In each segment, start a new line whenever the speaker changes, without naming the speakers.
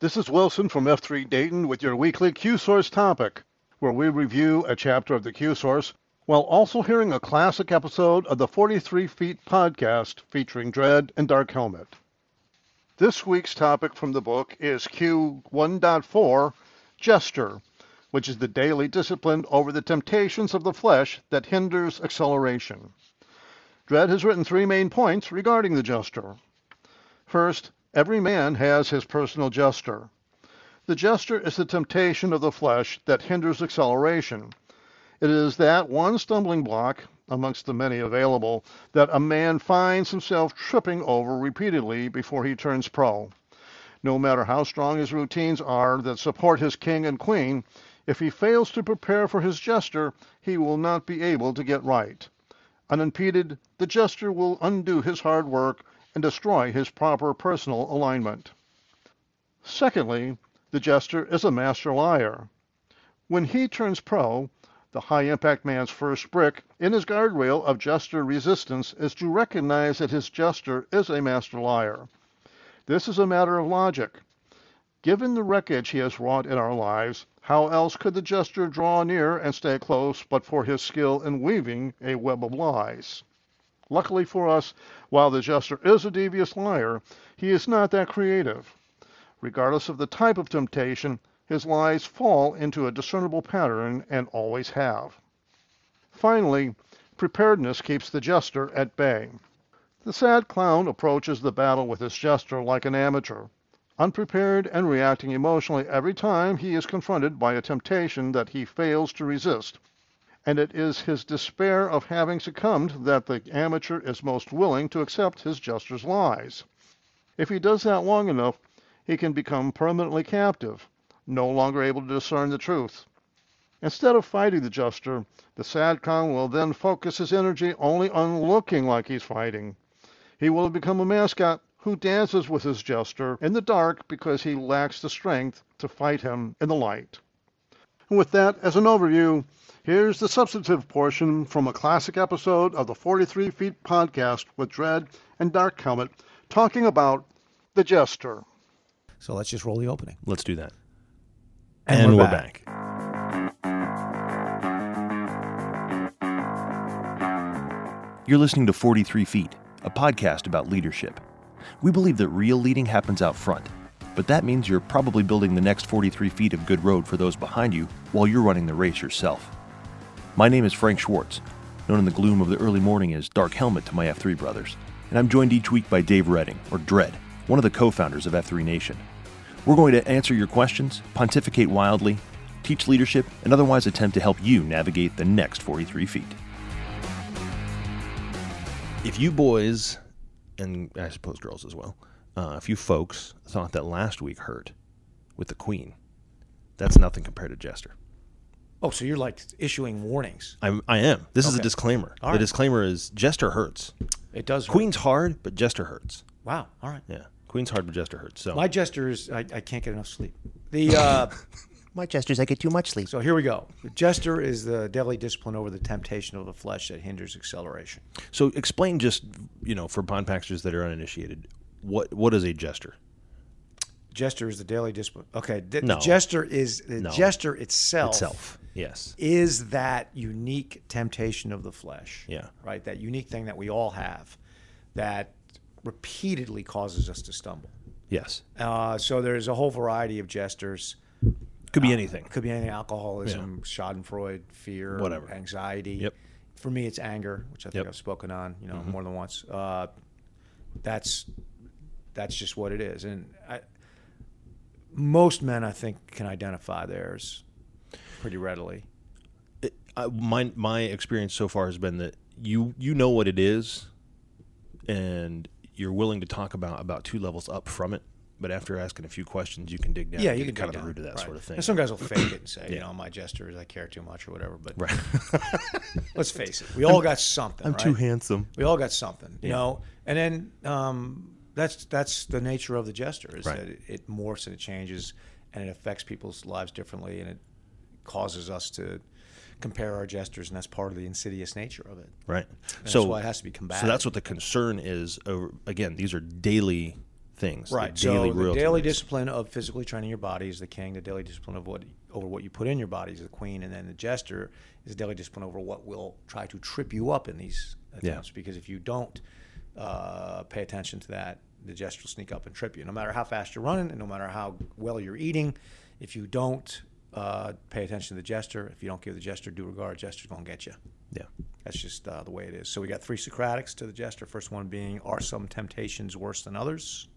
This is Wilson from F3 Dayton with your weekly Q Source topic, where we review a chapter of the Q Source while also hearing a classic episode of the 43 Feet podcast featuring Dread and Dark Helmet. This week's topic from the book is Q1.4 Gesture, which is the daily discipline over the temptations of the flesh that hinders acceleration. Dread has written three main points regarding the gesture. First, every man has his personal gesture. The gesture is the temptation of the flesh that hinders acceleration. It is that one stumbling block, amongst the many available, that a man finds himself tripping over repeatedly before he turns pro. No matter how strong his routines are that support his king and queen, if he fails to prepare for his gesture, he will not be able to get right. Unimpeded, the jester will undo his hard work and destroy his proper personal alignment. Secondly, the jester is a master liar. When he turns pro, the high impact man's first brick in his guardrail of jester resistance is to recognize that his jester is a master liar. This is a matter of logic. Given the wreckage he has wrought in our lives, how else could the jester draw near and stay close but for his skill in weaving a web of lies? Luckily for us, while the jester is a devious liar, he is not that creative. Regardless of the type of temptation, his lies fall into a discernible pattern and always have. Finally, preparedness keeps the jester at bay. The sad clown approaches the battle with his jester like an amateur, unprepared and reacting emotionally every time he is confronted by a temptation that he fails to resist. And it is his despair of having succumbed that the amateur is most willing to accept his jester's lies. If he does that long enough, he can become permanently captive, no longer able to discern the truth. Instead of fighting the jester, the sad clown will then focus his energy only on looking like he's fighting, he will have become a mascot who dances with his jester in the dark because he lacks the strength to fight him in the light. And with that as an overview, here's the substantive portion from a classic episode of the 43 Feet podcast with Dread and Dark Helmet talking about the jester.
So let's just roll the opening.
Let's do that.
And we're back.
You're listening to 43 Feet, a podcast about leadership. We believe that real leading happens out front, but that means you're probably building the next 43 feet of good road for those behind you while you're running the race yourself. My name is Frank Schwartz, known in the gloom of the early morning as Dark Helmet to my F3 brothers, and I'm joined each week by Dave Redding, or Dread, one of the co founders of F3 Nation. We're going to answer your questions, pontificate wildly, teach leadership, and otherwise attempt to help you navigate the next 43 feet.
if you boys, and I suppose girls as well, uh, if you folks thought that last week hurt with the Queen, that's nothing compared to Jester.
Oh, so you're like issuing warnings.
I'm, I am. This is a
Okay.
disclaimer.
All
The
right.
disclaimer is Jester hurts.
It does. hurt.
Queen's hard, but Jester hurts.
Wow. All right.
Yeah, Queen's hard, but Jester hurts. So
My gesture is I, I can't get enough sleep. The uh,
My gestures, I get too much sleep.
so here we go. The gesture is the daily discipline over the temptation of the flesh that hinders acceleration.
So explain just you know for podpackers that are uninitiated, what what is a jester?
Gesture is the daily discipline. Okay. The, the
No.
gesture is the gesture itself.
Self. Yes.
is that unique temptation of the flesh.
Yeah.
Right? That unique thing that we all have that repeatedly causes us to stumble.
Yes.
Uh, so there's a whole variety of gestures.
Could
Uh,
be anything.
Could be anything alcoholism, schadenfreude, fear,
Whatever.
anxiety.
Yep.
For me, it's anger, which I think
Yep. Mm-hmm.
I've spoken on, you know, more than once. Uh, that's that's just what it is, and I, most men I think can identify theirs pretty readily.
I, my Uh, my experience so far has been that you you know what it is, and you're willing to talk about about two levels up from it. But after asking a few questions, you can dig down.
Yeah,
and
you can
get kind
dig down,
of the root of that
right.
sort of thing.
And some guys will fake it and say, you know, my gesture is I care too much or whatever. But
right.
let's face it, we all got something. right?
handsome.
We all got something, you know. And then um, that's that's the nature of the gesture is
Right.
that it, it morphs and it changes, and it affects people's lives differently, and it causes us to compare our gestures, and that's part of the insidious nature of it.
Right.
why it has to be
So that's
combated.
what the concern is. Over, again, these are daily things. the
Right.
daily
so the
real
daily
things.
discipline of physically training your body is the king. The daily discipline of what over what you put in your body is the queen, and then the jester is daily discipline over what will try to trip you up in these attempts. Because if you don't uh, pay attention to that, the jester will sneak up and trip you. No matter how fast you're running, and no matter how well you're eating, if you don't uh, pay attention to the jester, if you don't give the jester due regard, jester's gonna get you.
yeah.
That's just uh, the way it is. So we got three Socratics to the jester. First one being, are some temptations worse than others?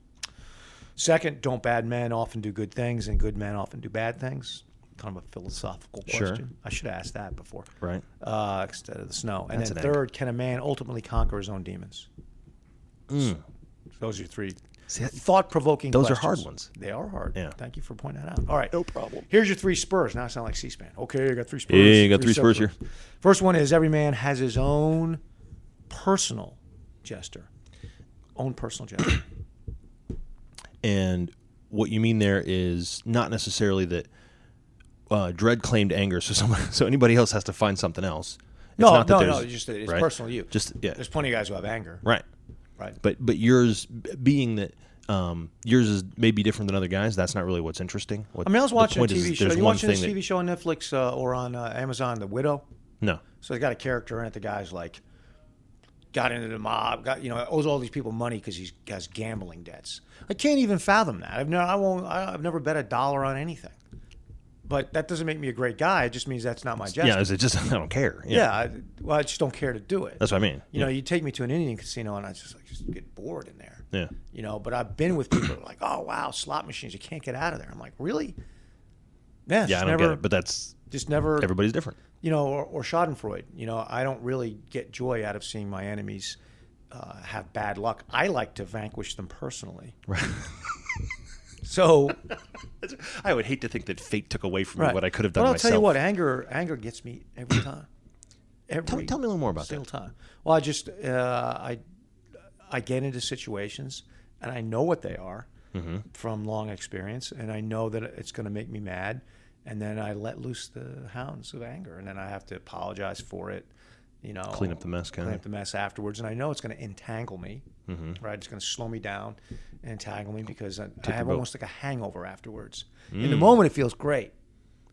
Second, don't bad men often do good things and good men often do bad things? Kind of a philosophical
Sure.
question. I should have asked that before.
Right.
Uh, instead of the snow. And
That's
then
an egg.
third, can a man ultimately conquer his own demons?
Hmm.
Those are your three
See, that-
thought-provoking
those are hard
questions. They are hard.
Yeah.
Thank you for pointing that out. All right. No problem. Here's your three Spurs. Now I sound like C-SPAN. Okay, I got three Spurs.
Yeah, you got three Spurs
sub-Spurs.
here.
First one is every man has his own personal jester. Own personal jester.
And what you mean there is not necessarily that uh, dread claimed anger, so someone, so anybody else has to find something else. It's
no,
not that
no, no.
there's-
It's just that it's
right?
personal to you.
Just yeah,
There's plenty of guys who have anger.
right.
Right.
But but yours b- being that um, yours is maybe different than other guys. That's not really what's interesting. What,
I mean, I was
the
watching a
point is
TV show.
there's
You
one
watching this
thing
TV
that-
show on Netflix uh, or on uh, Amazon, The Widow?
No,
So they got a character in it. The guy's like, got into the mob. Got you know owes all these people money because he has gambling debts. I can't even fathom that. I've never I won't I- I've never bet a dollar on anything. But that doesn't make me a great guy. It just means that's not my
yeah,
gesture.
is it just I don't care. Yeah,
Yeah. I, well, I just don't care to do it.
that's what I mean.
you know, you take me to an Indian casino and I just like just get bored in there.
Yeah.
You know, but I've been with people who are like, oh wow, slot machines, you can't get out of there. I'm like, really? Yeah,
yeah,
just
I don't
never,
get it. But that's
just never
everybody's different.
you know, or, or Schadenfreude. You know, I don't really get joy out of seeing my enemies uh, have bad luck. I like to vanquish them personally. Right. So,
I would hate to think that fate took away from
right.
me what I could have done
Well, I'll
myself.
tell you what, anger anger gets me every time. Every
Tell, tell me a little more about
single
that.
time. Well, I just uh, I I get into situations and I know what they are
Mm-hmm.
from long experience, and I know that it's going to make me mad, and then I let loose the hounds of anger, and then I have to apologize for it. You know,
Clean up the mess, kinda. Mm-hmm.
clean up the mess afterwards, and I know it's going to entangle me. Right, it's going to slow me down and entangle me because I, I have almost like a hangover afterwards. In
Mm.
the moment, it feels great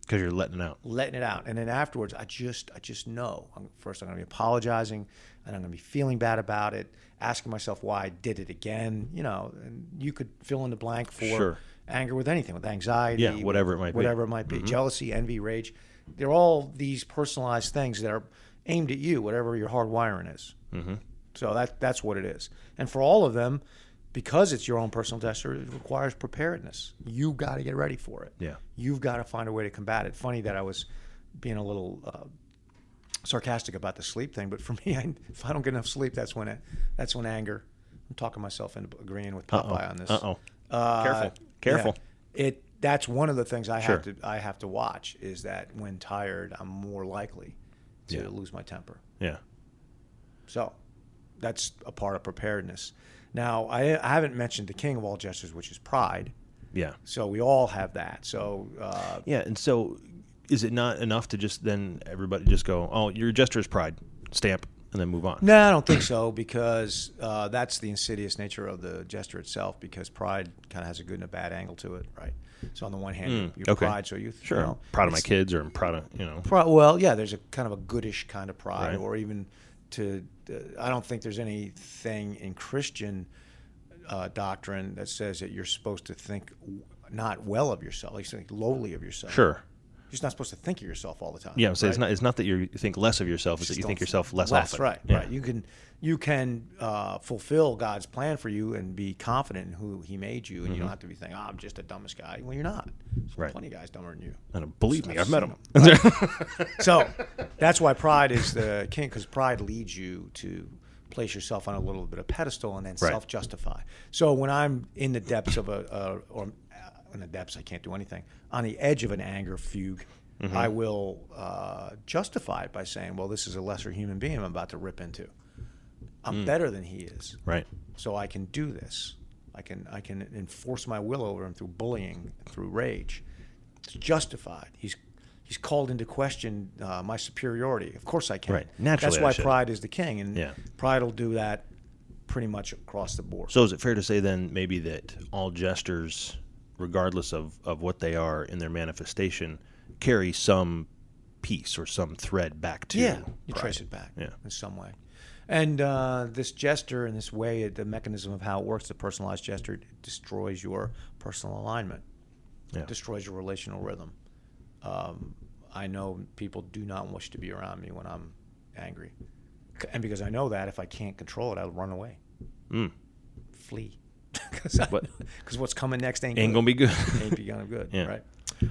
Because you're letting it out.
letting it out and then afterwards i just i just know I'm, first i'm going to be apologizing and i'm going to be feeling bad about it asking myself why i did it again you know and you could fill in the blank for
Sure.
anger with anything with anxiety
Yeah, whatever it might be. Mm-hmm.
whatever it might be jealousy envy rage they're all these personalized things that are aimed at you whatever your hard wiring is mm-hmm. so that that's what it is and for all of them because it's your own personal tester it requires preparedness you got to get ready for it
Yeah.
you've got to find a way to combat it. Funny that I was being a little uh, sarcastic about the sleep thing, but for me, I, if I don't get enough sleep, that's when it, that's when anger. I'm talking myself into agreeing with Popeye on this.
Uh-oh.
Uh,
Careful. Careful.
yeah. it that's one of the things I
Sure.
have to I have to watch is that when tired, I'm more likely to lose my temper.
Yeah.
So that's a part of preparedness. Now, I, I haven't mentioned the king of all gestures, which is pride.
Yeah.
So we all have that. So uh,
Yeah. And so is it not enough to just then everybody just go, oh, your gesture is pride, stamp, and then move on?
No, I don't think so because uh, that's the insidious nature of the gesture itself. Because pride kind of has a good and a bad angle to it, right? So on the one hand, you're
Hmm, okay.
pride, so you
Sure.
you
I'm
know,
proud of my
it's-
kids or I'm proud of, you know.
Pro- well, yeah, there's a kind of a goodish kind of pride,
Right.
or even to. Uh, I don't think there's anything in Christian uh, doctrine that says that you're supposed to think w- not well of yourself, like think lowly of yourself.
Sure.
You're just not supposed to think of yourself all the time.
Yeah. I'm saying it's,
right?
not, it's not that you're- you think less of yourself, it's that you
Just
think
don't-
yourself less, often.
Right,
Yeah.
right. You can you can uh, fulfill God's plan for you and be confident in who He made you, and you don't have to be thinking, "Oh, I'm just the dumbest guy." Well, you're not. There's
Mm-hmm. Right.
Plenty of guys dumber than you.
And believe me, I've met them.
So that's why pride is the king, because pride leads you to place yourself on a little bit of pedestal and then
Right.
self-justify. So when I'm in the depths of a, uh, or uh, in the depths, I can't do anything. On the edge of an anger fugue, I will uh, justify it by saying, "Well, this is a lesser human being I'm about to rip into. I'm better than he is,
Right.
so I can do this. I can I can enforce my will over him through bullying, through rage. It's justified. He's he's called into question uh, my superiority. Of course I can.
Right. Naturally I
That's why
should.
pride is the king, and
Yeah.
pride will do that pretty much across the board.
So is it fair to say then maybe that all gestures, regardless of, of what they are in their manifestation, carry some piece or some thread back to
yeah, you trace it back
Yeah.
in some way. And uh, this gesture and this way, the mechanism of how it works, the personalized gesture it destroys your personal alignment,
Yeah.
It destroys your relational rhythm. Um, I know people do not wish to be around me when I'm angry, C- and because I know that if I can't control it, I'll run away,
Mm.
flee, because
But-
what's coming next ain't,
ain't
good
gonna be good.
ain't be kind of good,
Yeah.
right?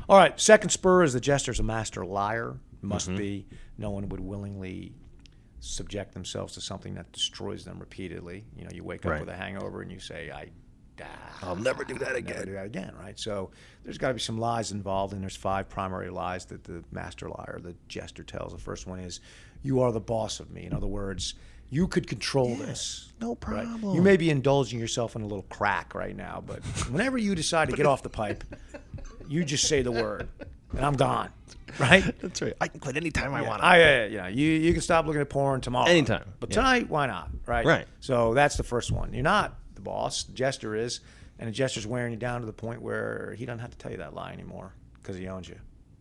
All right. Second spur is the jester's a master liar. Must
Mm-hmm.
be. No one would willingly subject themselves to something that destroys them repeatedly. You know, you wake up
Right. Oh,
with a hangover and you say, "I,
I'll never do that
I never
again.
do that again." Right. So there's got to be some lies involved, and there's five primary lies that the master liar, the jester, tells. The first one is, "You are the boss of me." In other words, you could control this.
no
Right.
problem.
You may be indulging yourself in a little crack right now, but whenever you decide to get off the pipe, you just say the word, and I'm gone. Right?
That's right. I can quit anytime I want.
I, uh, you know, you, you can stop looking at porn tomorrow.
Anytime,
But
yeah.
tonight, why not? Right?
Right.
So that's the first one. You're not the boss. The jester is, and the jester's wearing you down to the point where he doesn't have to tell you that lie anymore because he owns you.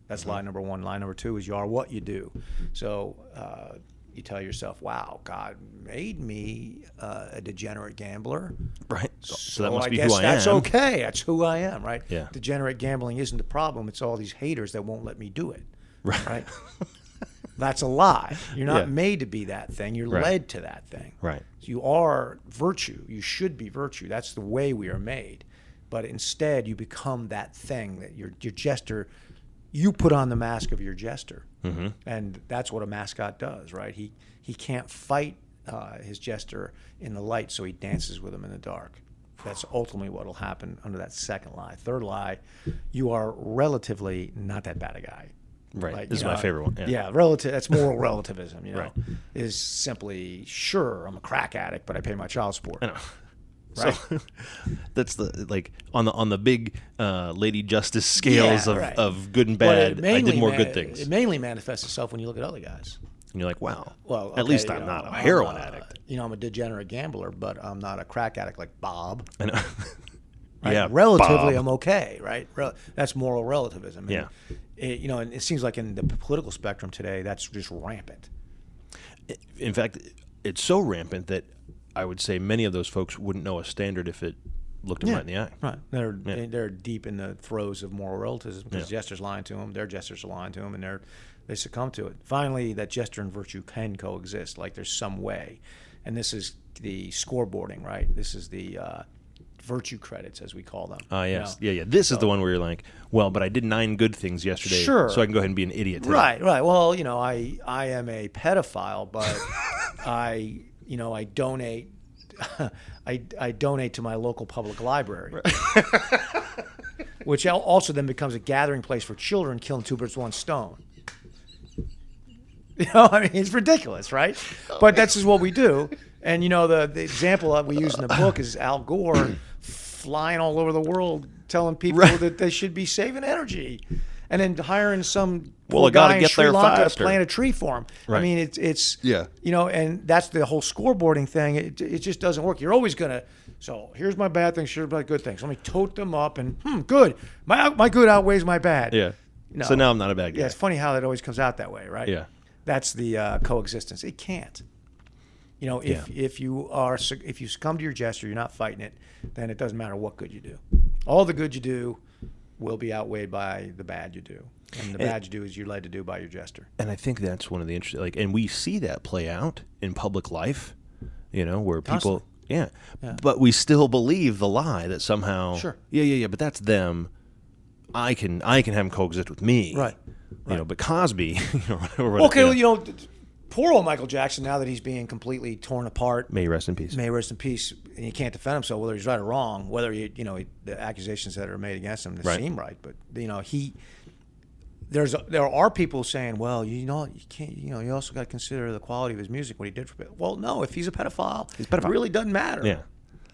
That's
Mm-hmm.
lie number one. Lie number two is you are what you do. So uh, you tell yourself, "Wow, God made me uh, a degenerate gambler."
Right. So, that
So
must
I
be
guess
who I
that's
am.
okay. That's who I am, right?
Yeah.
Degenerate gambling isn't the problem. It's all these haters that won't let me do it. Right. that's a lie. You're not
Yeah.
made to be that thing. You're
Right.
led to that thing.
Right.
You are virtue. You should be virtue. That's the way we are made. But instead, you become that thing that your your jester. You put on the mask of your jester,
Mm-hmm.
and that's what a mascot does, right? He he can't fight uh, his jester in the light, so he dances with him in the dark. That's ultimately what will happen under that second lie. Third lie, you are relatively not that bad a guy.
Right.
Like,
this is
you
my
know,
favorite one. Yeah.
relative. That's moral relativism. You know,
Right.
is simply sure I'm a crack addict, but I pay my child support.
I know. So that's the like on the on the big uh, lady justice scales
Yeah,
of,
right.
of good and
But
bad.
it
I did
mainly
more
ma-
good things.
It mainly manifests itself when you look at other guys.
and you're like, wow.
Well,
at
okay,
least
you
I'm
know,
not a
I'm
heroin addict.
You know, I'm a degenerate gambler, but I'm not a crack addict like Bob.
I know.
right?
uh, Yeah.
relatively
Bob.
I'm okay, right? Rel- that's moral relativism. And
Yeah.
it- you know, and it seems like in the political spectrum today, that's just rampant.
in fact, it's so rampant that I would say many of those folks wouldn't know a standard if it looked them right in the eye.
Right. They're they're deep in the throes of moral relativism because jesters lying to them, their jesters are lying to them, and they're they succumb to it. Finally, that jester and virtue can coexist. Like there's some way, and this is the scoreboarding, right? This is the uh, virtue credits, as we call them.
Ah,
you
yes,
know?
yeah, yeah. This is the one where you're like, well, but I did nine good things yesterday,
Sure.
so I can go ahead and be an idiot. Today.
Right. Right. Well, you know, I I am a pedophile, but I you know I donate. I, I donate to my local public library. which al- also then becomes a gathering place for children killing two birds with one stone. You know, I mean, it's ridiculous, right? But that's just what we do. And you know, the, the example that we use in the book is Al Gore flying all over the world, telling people that they should be saving energy, and then hiring some
Well,
poor
I gotta
guy in
get
Sri
there
Lanka
faster.
to plant a tree for him. I
Right.
mean, it's it's
Yeah.
you know, and that's the whole scoreboarding thing. It, it just doesn't work. You're always gonna. So here's my bad things. Here's my good things. Let me tote them up, and hmm, good. My my good outweighs my bad.
Yeah.
No.
So now I'm not a bad guy.
Yeah, it's funny how that always comes out that way, right?
Yeah.
That's the uh, coexistence. It can't. You know, if if you are suc- if you succumb to your gesture, you're not fighting it, then it doesn't matter what good you do. All the good you do will be outweighed by the bad you do, and the bad you do is you're led to do by your gesture.
And I think that's one of the interesting, like, and we see that play out in public life, you know, where people, yeah, but we still believe the lie that somehow,
Sure.
yeah, yeah, yeah, but that's them. I can, I can have them coexist with me,
Right.
You know, but Cosby, or whatever.
Okay,
you know,
well, you know, d- d- poor old Michael Jackson. Now that he's being completely torn apart,
may he rest in peace.
may he rest in peace, and he can't defend himself, whether he's right or wrong, whether you you know the accusations that are made against him they
Right.
seem right, but you know he there's there are people saying, well, you know, you can't, you know, you also got to consider the quality of his music, what he did for. pe- Well, no, if he's a pedophile, he's
pedophile.
it really doesn't matter,
Yeah,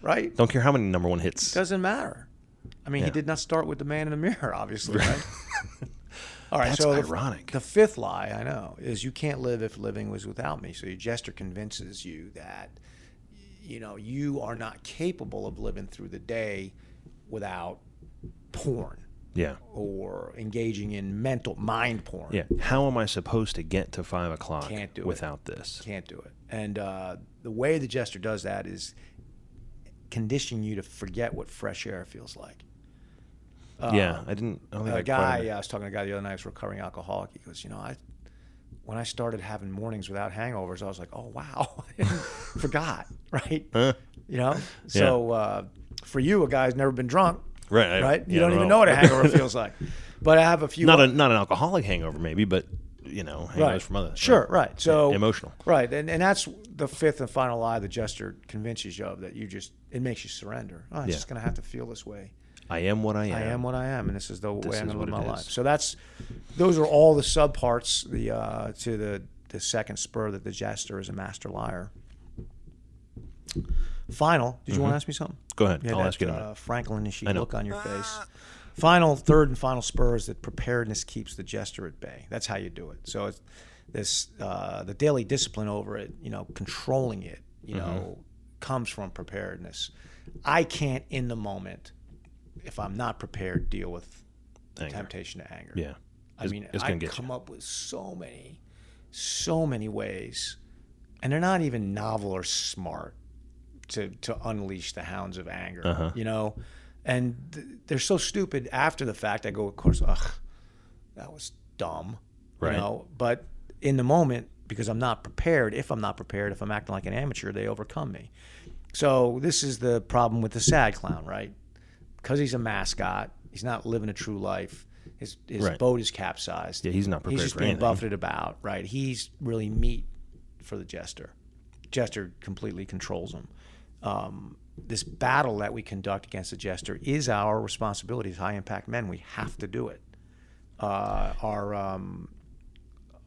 right?
don't care how many number one hits.
Doesn't matter. I mean, he
Yeah.
did not start with the man in the mirror, obviously, right? All right,
That's
so the-
ironic.
The fifth lie I know is you can't live if living was without me. So your jester convinces you that you know, you are not capable of living through the day without porn
Yeah.
or engaging in mental mind porn.
Yeah. How am I supposed to get to five o'clock
Can't do it.
without this?
Can't do it. And uh, the way the jester does that is condition you to forget what fresh air feels like.
yeah. I didn't. I don't think I
a Uh,
quite
guy, uh,
under-
I was talking to a guy the other night, who's a recovering alcoholic. He goes, you know, I when I started having mornings without hangovers, I was like, oh wow, forgot, right? you know. So uh, for you, a guy who's never been drunk,
Right, I-
right, you
yeah,
don't
I
even
know.
know what a hangover feels like. But I have a few.
Not a not an alcoholic hangover, maybe, but you know, hangovers
Right.
from others.
Sure, right. So
emotional.
Right, and and that's the fifth and final lie the jester convinces you of that you just it makes you surrender. Oh, I'm
Yeah.
just gonna have to feel this way.
I am what I am.
I am what I am, and this is the way I'm going
is
to live
what
my
it
life.
is.
So that's those are all the subparts the uh, to the the second spur that the jester is a master liar. Final, did you
Mm-hmm.
want to ask me something?
Go ahead.
Yeah,
I'll ask you in a minute.
uh, Franklinish
know.
look on your face. Final, third, and final spur is that preparedness keeps the jester at bay. That's how you do it. So it's this uh, the daily discipline over it. You know, controlling it. You
Mm-hmm.
know, comes from preparedness. I can't in the moment, if I'm not prepared, deal with the
Anger.
temptation to anger.
Yeah.
I
It's-
mean,
it's
I
gonna get
come up with so many, so many ways, and they're not even novel or smart to to unleash the hounds of anger.
Uh-huh.
You know, and th- they're so stupid after the fact. I go, of course, ugh, that was dumb.
Right.
You know, but in the moment, because I'm not prepared. If I'm not prepared, if I'm acting like an amateur, they overcome me. So this is the problem with the sad clown, right? Because he's a mascot, he's not living a true life. His his
Right.
boat is capsized.
Yeah, he's not prepared
He's just
for
being
anything.
buffeted about, right? He's really meat for the jester. Jester completely controls him. Um, this battle that we conduct against the jester is our responsibility as high impact men. We have to do it. Uh, our um,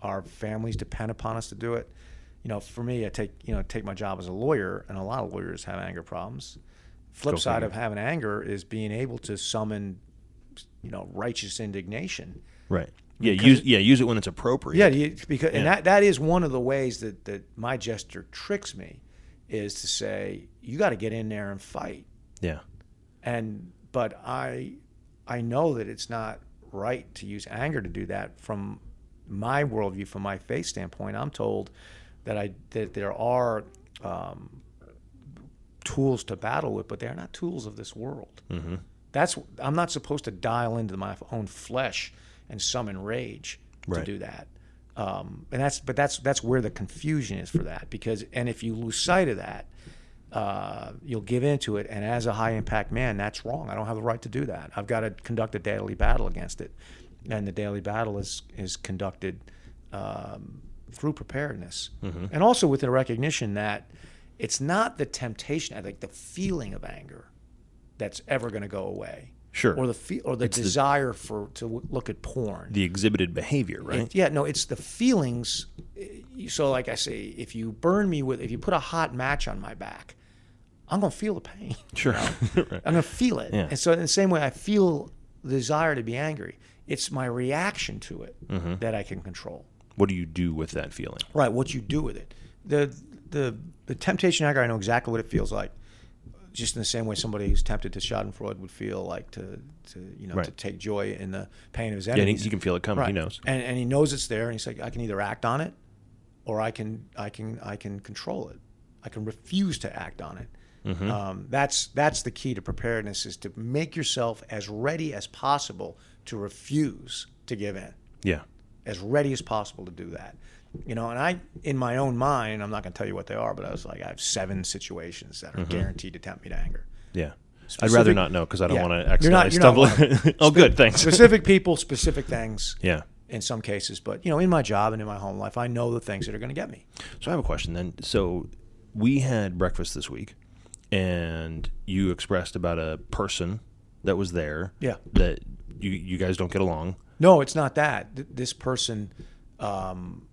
our families depend upon us to do it. You know, for me, I take you know take my job as a lawyer, and a lot of lawyers have anger problems. Flip side of having anger is being able to summon, you know, righteous indignation.
Right. Yeah. Use yeah. Use it when it's appropriate.
Yeah, you, because and that, that is one of the ways that that my gesture tricks me, is to say you got to get in there and fight
Yeah.
and but i i know that it's not right to use anger to do that from my worldview from my faith standpoint i'm told that i that there are um, tools to battle with but they are not tools of this world mm-hmm. that's i'm not supposed to dial into my own flesh and summon rage
Right.
to do that um, and that's but that's that's where the confusion is for that because and if you lose sight of that uh, you'll give into it. And as a high impact man, that's wrong. I don't have the right to do that. I've got to conduct a daily battle against it. And the daily battle is, is conducted um, through preparedness and also with the recognition that it's not the temptation, I think the feeling of anger that's ever going to go away.
Sure.
Or the fe- or the desire for to w- look at porn.
The exhibited behavior, right?
It- yeah, no, it's the feelings. eh, So, like I say, if you burn me with, if you put a hot match on my back, I'm gonna feel the pain.
Sure. Right.
I'm gonna feel it. And so, in the same way, I feel the desire to be angry. It's my reaction to it that I can control.
What do you do with that feeling?
Right, what you do with it. The the the temptation anger, I know exactly what it feels like. Just in the same way somebody who's tempted to Schadenfreude would feel like to, to you know, to
Right.
take joy in the pain of his
Yeah, and
enemies.
he, he can feel it coming. He knows.
And, and he knows it's there, and he's like, I can either act on it, or I can I can I can control it. I can refuse to act on it.
Mm-hmm.
Um, that's that's the key to preparedness is to make yourself as ready as possible to refuse to give in,
Yeah.
as ready as possible to do that. You know, and I in my own mind, I'm not going to tell you what they are, but I was like, I have seven situations that are guaranteed to tempt me to anger.
Yeah. I'd rather
Specific-
not know because I don't
Yeah.
want to
You're not- you're
accidentally
not
stumble.
one of
oh, good. Thanks.
Specific people, specific things.
Yeah.
in some cases. But you know, in my job and in my home life, I know the things that are going to get me.
So I have a question then. So we had breakfast this week, and you expressed about a person that was there.
Yeah.
That you you guys don't get along.
No, it's not that. Th- this person um,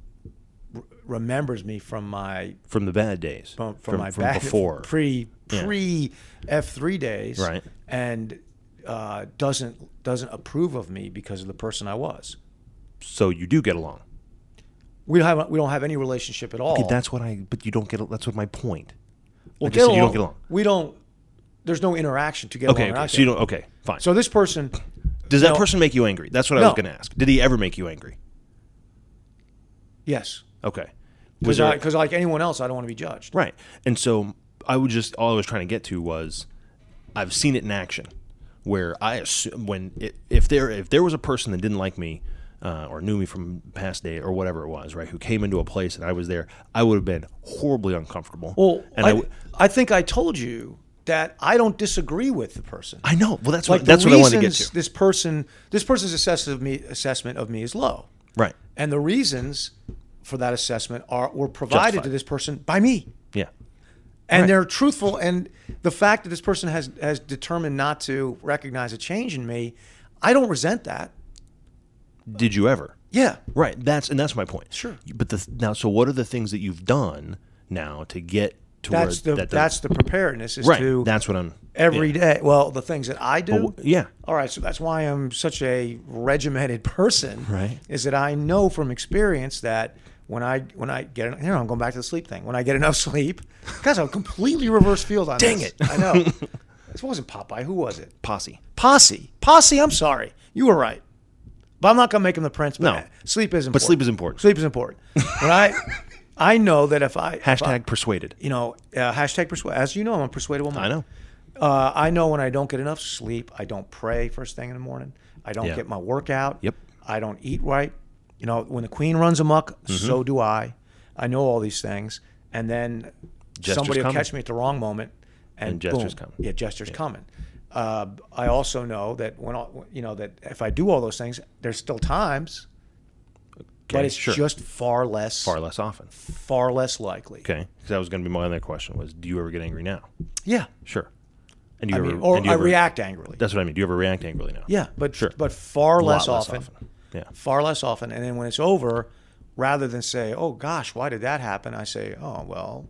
r- remembers me from my
from the bad days
from, from, my back,
before
pre
Yeah.
pre F three days,
Right.
And uh, doesn't doesn't approve of me because of the person I was.
so you do get along
We don't have we don't have any relationship at all.
that's what i but you don't get that's what my point
Oh. Well,
just say you don't get along.
We don't. There's no interaction to get
Okay,
along. or
okay.
not
So you
get-
don't. Okay, fine.
So this person,
does that
no.
person make you angry? That's what I was
No.
going to ask. Did he ever make you angry?
yes,
Okay. Was there-
because like anyone else, I don't want to be judged.
Right. And so I would just all I was trying to get to was I've seen it in action where I assume when it, if there if there was a person that didn't like me uh, or knew me from past day or whatever it was, right, who came into a place and I was there, I would have been horribly uncomfortable.
Well,
and
I,
I
I,
would-
think I told you that I don't disagree with the person.
I know. Well, that's
like
what
the
that's what I wanted to get
reasons
to.
This person, this person's assessment of me, assessment of me is low,
Right.
and the reasons for that assessment are were provided
Justified.
to this person by me.
Yeah.
and they're truthful. And the fact that this person has has determined not to recognize a change in me, I don't resent that.
Did you ever?
Yeah,
Right. That's and that's my point.
Sure.
But the now so what are the things that you've done now to get to
that's
where
the
that
that's the preparedness is
right.
to
that's what I'm
every
yeah.
day. Well, the things that I do.
But wh- yeah.
All right, so that's why I'm such a regimented person.
Right.
Is that I know from experience that when I when I get you know I'm going back to the sleep thing. When I get enough sleep, guys, I'm completely reverse field on. Dang it! I know. this wasn't Popeye. Who was it?
posse.
Posse. Posse, I'm sorry. You were right. But I'm not going to make him the prince. But
No.
Sleep is important.
But sleep is important.
Sleep is important. when I, I know that if I. if I-
Hashtag persuaded.
you know, uh, hashtag persuade. As you know, I'm a persuadable man.
I know.
Uh, I know when I don't get enough sleep, I don't pray first thing in the morning. I don't
Yeah.
get my workout.
Yep.
I don't eat right. You know, when the queen runs amok,
Mm-hmm.
so do I. I know all these things. And then
Jester's
somebody will
coming.
catch me at the wrong moment. And,
And jester's
boom.
coming.
Yeah, jester's coming. Uh, I also know that when, all- you know, that if I do all those things, there's still times, but
Okay,
it's
sure.
just far less,
far
far,
less often.
less likely.
Okay, because that was going to be my other question: was Do you ever get angry now?
Yeah.
Sure. And do
I
you
mean,
ever
or
and do you
I
ever-
react angrily.
That's what I mean. Do you ever react angrily now?
Yeah, but
Sure.
but far
A
less,
lot
often,
Yeah.
far less often. And then when it's over, rather than say, "Oh gosh, why did that happen?" I say, "Oh well,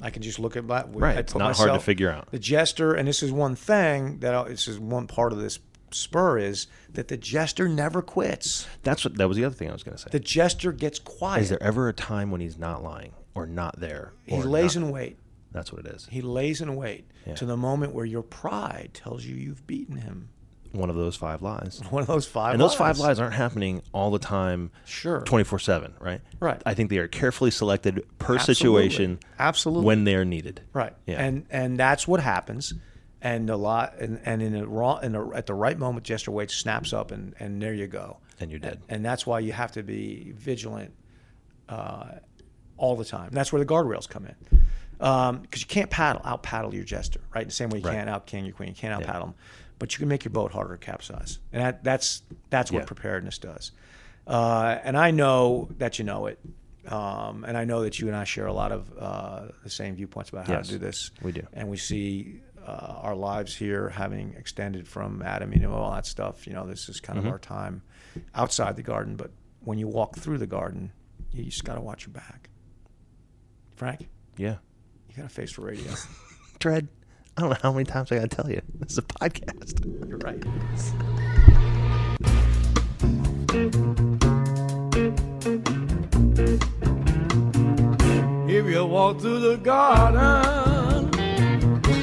I can just look at my
Right,
I
it's
put
not hard to
myself-
figure out.
The jester, and this is one thing that I, this is one part of this spur is that the jester never quits.
That's what. That was the other thing I was going to say.
The jester gets quiet.
is there ever a time when he's not lying or not there?
he
or
lays
not-
in wait.
That's what it is.
He lays in wait to the moment where your pride tells you you've beaten him.
One of those five lies.
One of those five.
And those five lies aren't happening all the time.
Sure.
Twenty four seven. Right.
Right.
I think they are carefully selected per
Absolutely.
situation.
Absolutely.
When they are needed.
Right.
Yeah.
And and that's what happens. And a lot and, and in a raw in a, at the right moment, Jester Waite snaps up and and there you go.
And you're dead.
And, that's why you have to be vigilant uh, all the time. That's where the guardrails come in. Because you can't paddle out paddle your jester, right? The same way you can't out king your queen, you can't out paddle them, but you can make your boat harder to capsize, and that, that's that's what
Yeah.
preparedness does. Uh, and I know that you know it, um, and I know that you and I share a lot of uh, the same viewpoints about how
Yes,
to do this.
we do.
and we see uh, our lives here having extended from Adam, you know, all that stuff. You know, this is
Mm-hmm.
kind of our time outside the garden, but when you walk through the garden, you just got to watch your back. Frank,
yeah.
you got to face the radio.
Dread. I don't know how many times I got to tell you. This is a podcast.
You're right.
If you walk through the garden,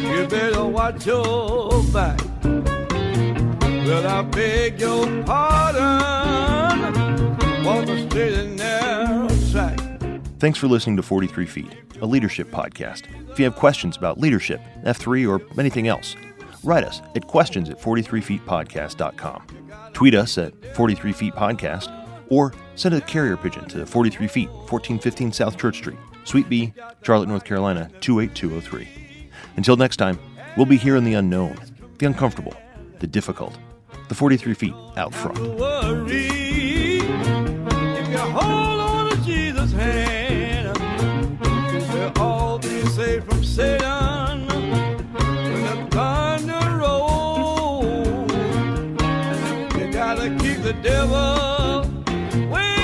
you better watch your back. Well, I beg your pardon for the straight and narrow track.
Thanks for listening to 43 Feet, a leadership podcast. If you have questions about leadership, F3, or anything else, write us at questions at 43feetpodcast.com. Tweet us at 43feetpodcast or send a carrier pigeon to 43 Feet, 1415 South Church Street, Suite B, Charlotte, North Carolina, 28203. Until next time, we'll be here in the unknown, the uncomfortable, the difficult, the 43 feet out front.
Don't worry if you hold on to Jesus' hand. We'll all be saved from Satan when the thunder rolls. You gotta keep the devil way